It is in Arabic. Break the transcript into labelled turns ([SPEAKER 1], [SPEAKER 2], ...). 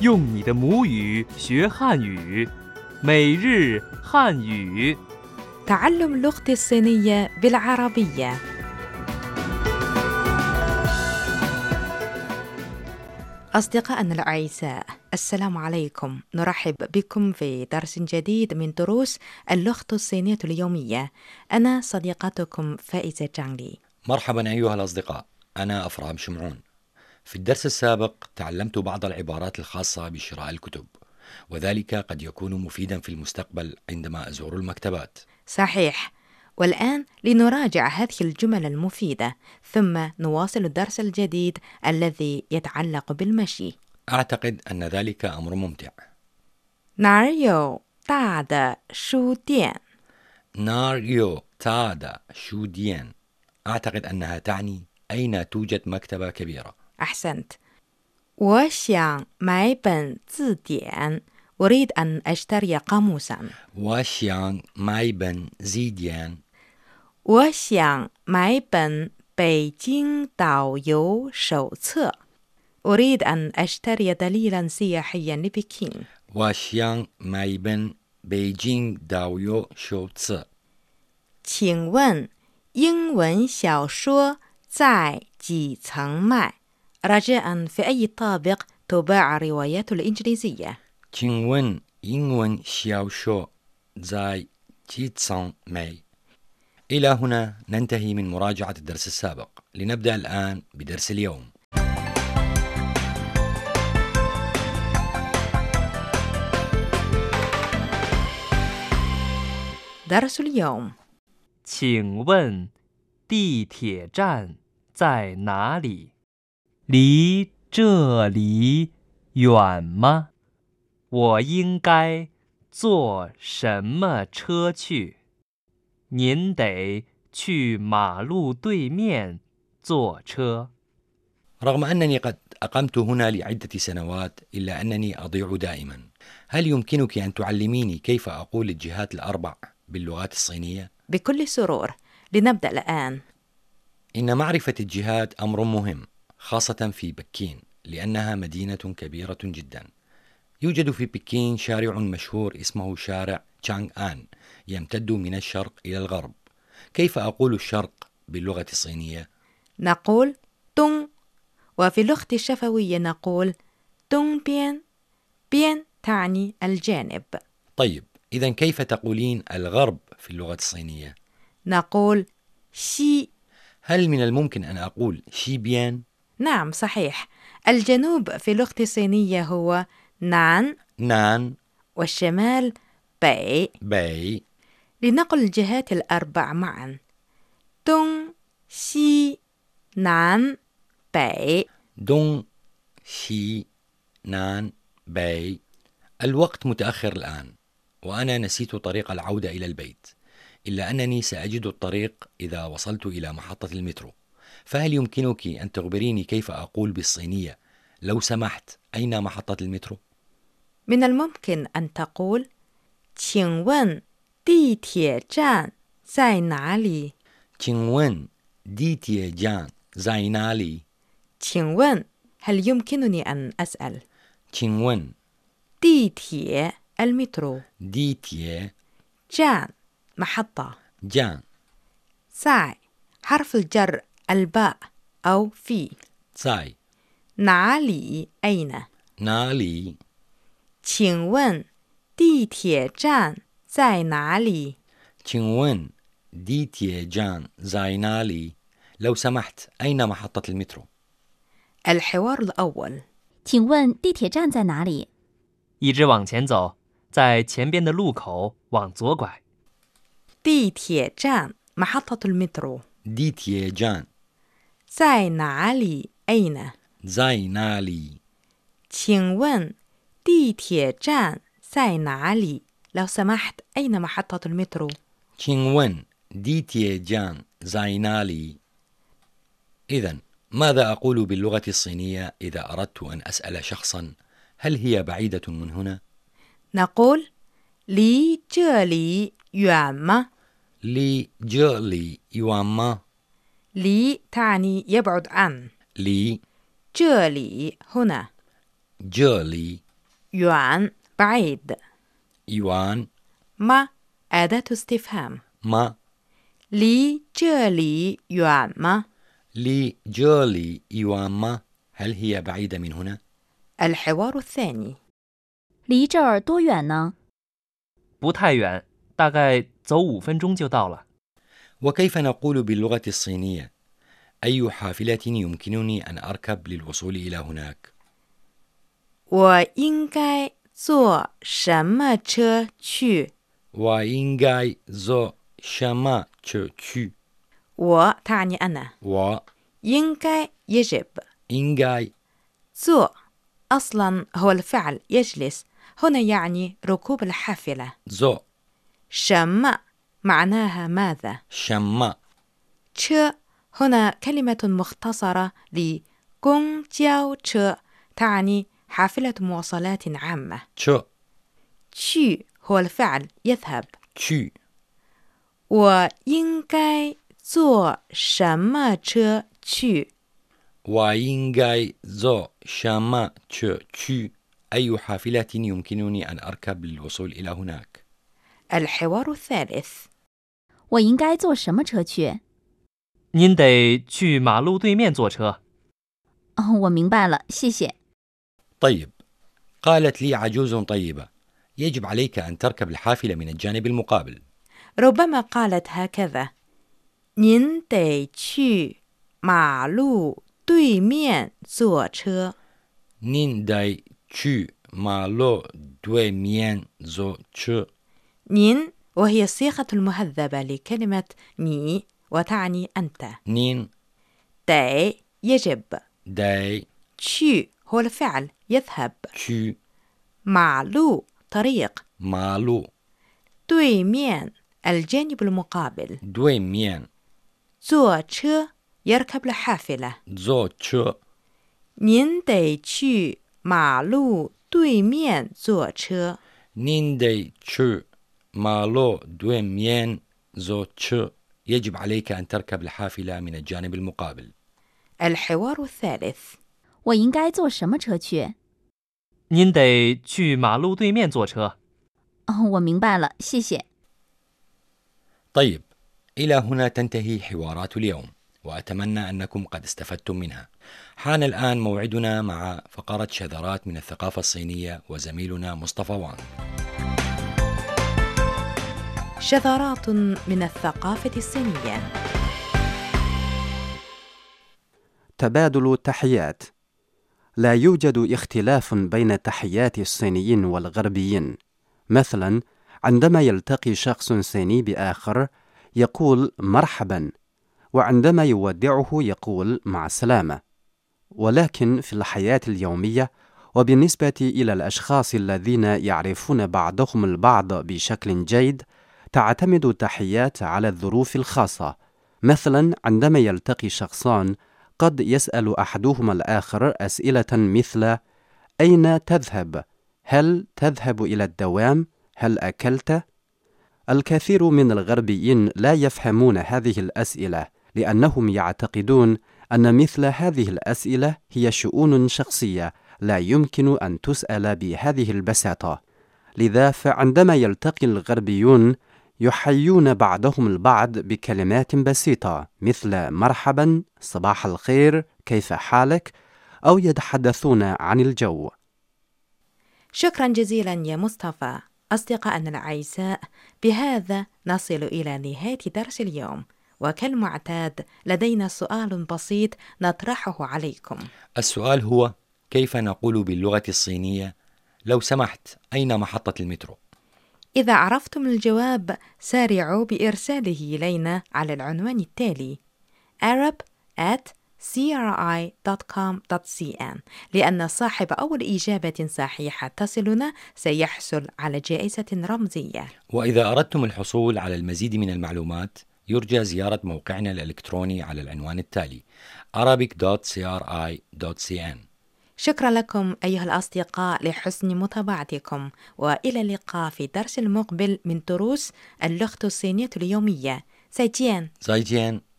[SPEAKER 1] 用你的母语学汉语，每日汉语。
[SPEAKER 2] تعلم لغتي الصينية بالعربية أصدقائنا الأعزاء السلام عليكم نرحب بكم في درس جديد من دروس اللغة الصينية اليومية أنا صديقتكم فائزة جانلي
[SPEAKER 3] مرحبا أيها الأصدقاء أنا أفرام شمعون في الدرس السابق تعلمت بعض العبارات الخاصة بشراء الكتب وذلك قد يكون مفيدا في المستقبل عندما أزور المكتبات
[SPEAKER 2] صحيح والآن لنراجع هذه الجمل المفيدة ثم نواصل الدرس الجديد الذي يتعلق بالمشي
[SPEAKER 3] أعتقد أن ذلك أمر ممتع
[SPEAKER 2] 哪儿有大的书店？
[SPEAKER 3] نار يو تادا شو ديان أعتقد أنها تعني أين توجد مكتبة كبيرة
[SPEAKER 2] أحسنت. 我想买本字典。أريد أن أشتري قاموسا.
[SPEAKER 3] واشيان مايبن زيديان
[SPEAKER 2] 我想买本北京导游手册。أريد أن أشتري دليلا سياحيا لبكين.
[SPEAKER 3] واشيان مايبن بيجين داويو شو تس
[SPEAKER 2] 请问英文小说在几层卖？رجاء في أي طابق تباع الروايات الإنجليزية؟
[SPEAKER 3] تشينون ينون شياو شو زاي تيتسون ماي إلى هنا ننتهي من مراجعة الدرس السابق لنبدأ الآن بدرس اليوم
[SPEAKER 2] درس اليوم
[SPEAKER 1] 请问地铁站在哪里？离这里远吗？我应该坐什么车去？您得去马路对面坐车。
[SPEAKER 3] رغم أنني قد أقمت هنا لعدة سنوات إلا أنني أضيع دائما هل يمكنك أن تعلميني كيف أقول الجهات الأربع باللغات الصينية؟
[SPEAKER 2] بكل سرور لنبدأ الآن
[SPEAKER 3] إن معرفة الجهات أمر مهم خاصة في بكين لأنها مدينة كبيرة جدا يوجد في بكين شارع مشهور اسمه شارع تشانغ آن يمتد من الشرق إلى الغرب كيف أقول الشرق باللغة الصينية؟
[SPEAKER 2] نقول دون وفي اللغة الشفوية نقول دون بيان بيان تعني الجانب
[SPEAKER 3] طيب إذا كيف تقولين الغرب في اللغة الصينية؟
[SPEAKER 2] نقول شي
[SPEAKER 3] هل من الممكن أن أقول شيبيان؟
[SPEAKER 2] نعم صحيح الجنوب في اللغة الصينية هو نان
[SPEAKER 3] نان
[SPEAKER 2] والشمال بي
[SPEAKER 3] باي
[SPEAKER 2] لنقل الجهات الأربع معا دون شي نان بي
[SPEAKER 3] دون شي نان باي الوقت متأخر الآن وأنا نسيت طريق العودة إلى البيت إلا أنني سأجد الطريق إذا وصلت إلى محطة المترو فهل يمكنك أن تخبريني كيف أقول بالصينية لو سمحت أين محطة المترو؟
[SPEAKER 2] من الممكن أن تقول 请问地铁站在哪里？
[SPEAKER 3] تشينوين دي تيه جان زاينالي
[SPEAKER 2] 请问 هل يمكنني أن أسأل؟
[SPEAKER 3] تشينوين
[SPEAKER 2] 地铁 المترو
[SPEAKER 3] دي تيه
[SPEAKER 2] 站 محطة
[SPEAKER 3] جان
[SPEAKER 2] 在 حرف الجر الباء أو في
[SPEAKER 3] تساي
[SPEAKER 2] 哪里 أين
[SPEAKER 3] نالي
[SPEAKER 2] 请问地铁站在哪里？
[SPEAKER 3] تشينوين دي تيه جان زاينالي لو سمحت أين محطة المترو؟
[SPEAKER 2] الحوار الأول
[SPEAKER 4] 请问地铁站在哪里？
[SPEAKER 1] 一直往前走，在前边的路口往左拐。
[SPEAKER 2] 地铁站 محطة المترو
[SPEAKER 3] دي تيه جان
[SPEAKER 2] 在哪里 أين
[SPEAKER 3] زاينالي
[SPEAKER 2] 请问地铁站在哪里 لو سمحت أين محطة المترو
[SPEAKER 3] تشينوين دي تيه جان زاينالي إذا ماذا أقول باللغة الصينية إذا أردت أن أسأل شخصا هل هي بعيدة من هنا؟
[SPEAKER 2] نقول 离这里远吗
[SPEAKER 3] لي جولي يواما
[SPEAKER 2] 离 تعني يبعد عن
[SPEAKER 3] لي
[SPEAKER 2] 这里 هنا
[SPEAKER 3] جولي
[SPEAKER 2] يوان بعيد
[SPEAKER 3] يوان
[SPEAKER 2] ما أداة استفهام
[SPEAKER 3] ما
[SPEAKER 2] 离这里远吗
[SPEAKER 3] لي جولي يوان ما هل هي بعيدة من هنا؟
[SPEAKER 2] الحوار الثاني
[SPEAKER 4] 离这儿多远呢？
[SPEAKER 1] 不太远，大概走五分钟就到了。
[SPEAKER 3] وكيف نقول باللغة الصينية أي حافلة يمكنني أن أركب للوصول إلى هناك؟
[SPEAKER 2] 我应该坐什么车去
[SPEAKER 3] وإنغاي زو شما تشو تشو
[SPEAKER 2] 我 تعني أنا
[SPEAKER 3] و
[SPEAKER 2] 应该 يجب
[SPEAKER 3] إنغاي
[SPEAKER 2] 坐 أصلا هو الفعل يجلس هنا يعني ركوب الحافلة
[SPEAKER 3] زو
[SPEAKER 2] شم معناها ماذا
[SPEAKER 3] شما
[SPEAKER 2] تش هنا كلمة مختصرة لكونغ جاو تش تعني حافلة مواصلات عامة
[SPEAKER 3] تشو
[SPEAKER 2] تشي هو الفعل يذهب
[SPEAKER 3] تشو
[SPEAKER 2] 我应该坐什么车去
[SPEAKER 3] وإنغاي زو شما تشو تشو أي حافلة يمكنني أن أركب للوصول إلى هناك؟
[SPEAKER 2] الحوار الثالث
[SPEAKER 4] 我应该坐什么车去？
[SPEAKER 1] 您得去马路对面坐车。
[SPEAKER 4] 哦，我明白了，谢谢。
[SPEAKER 3] طيب قالت لي عجوز طيبة يجب عليك أن تركب الحافلة من الجانب المقابل
[SPEAKER 2] ربما قالت هكذا 您得去马路对面坐车
[SPEAKER 3] نين داي تشو ما لو دوي ميان زو تشو
[SPEAKER 2] نين وهي الصيغة المهذبة لكلمة ني وتعني أنت
[SPEAKER 3] نين
[SPEAKER 2] داي يجب
[SPEAKER 3] داي
[SPEAKER 2] تشي هو الفعل يذهب
[SPEAKER 3] تشو
[SPEAKER 2] معلو طريق
[SPEAKER 3] ما لو
[SPEAKER 2] دويمين الجانب المقابل
[SPEAKER 3] دوي ميان
[SPEAKER 2] زو تش يركب الحافلة
[SPEAKER 3] زو تشو
[SPEAKER 2] نين داي تشي معلو دويمين زو تش
[SPEAKER 3] نين داي تشو ما لو دوي ميان زو تشو يجب عليك أن تركب الحافلة من الجانب المقابل
[SPEAKER 2] الحوار الثالث
[SPEAKER 4] 我应该坐什么车去？
[SPEAKER 1] 您得去马路对面坐车。
[SPEAKER 4] 哦，我明白了，谢谢。
[SPEAKER 3] طيب إلى هنا تنتهي حوارات اليوم وأتمنى أنكم قد استفدتم منها حان الآن موعدنا مع فقرة شذرات من الثقافة الصينية وزميلنا مصطفى وان
[SPEAKER 2] شذرات من الثقافة الصينية
[SPEAKER 5] تبادل التحيات لا يوجد اختلاف بين تحيات الصينيين والغربيين مثلا عندما يلتقي شخص صيني باخر يقول مرحبا وعندما يودعه يقول مع السلامه ولكن في الحياه اليوميه وبالنسبه الى الاشخاص الذين يعرفون بعضهم البعض بشكل جيد تعتمد التحيات على الظروف الخاصه مثلا عندما يلتقي شخصان قد يسأل أحدهما الآخر أسئلة مثل أين تذهب؟ هل تذهب إلى الدوام؟ هل أكلت؟ الكثير من الغربيين لا يفهمون هذه الأسئلة لأنهم يعتقدون أن مثل هذه الأسئلة هي شؤون شخصية لا يمكن أن تسأل بهذه البساطة لذا فعندما يلتقي الغربيون يحيون بعضهم البعض بكلمات بسيطة مثل مرحبا، صباح الخير، كيف حالك؟ أو يتحدثون عن الجو.
[SPEAKER 2] شكرا جزيلا يا مصطفى أصدقائنا الأعزاء بهذا نصل إلى نهاية درس اليوم وكالمعتاد لدينا سؤال بسيط نطرحه عليكم
[SPEAKER 3] السؤال هو كيف نقول باللغة الصينية لو سمحت أين محطة المترو؟
[SPEAKER 2] إذا عرفتم الجواب سارعوا بإرساله إلينا على العنوان التالي Arab at cri.com.cn لأن صاحب أول إجابة صحيحة تصلنا سيحصل على جائزة رمزية
[SPEAKER 3] وإذا أردتم الحصول على المزيد من المعلومات يرجى زيارة موقعنا الإلكتروني على العنوان التالي arabic.cri.cn
[SPEAKER 2] شكرا لكم أيها الأصدقاء لحسن متابعتكم وإلى اللقاء في درس المقبل من دروس اللغة الصينية اليومية سيتيان
[SPEAKER 3] زايجين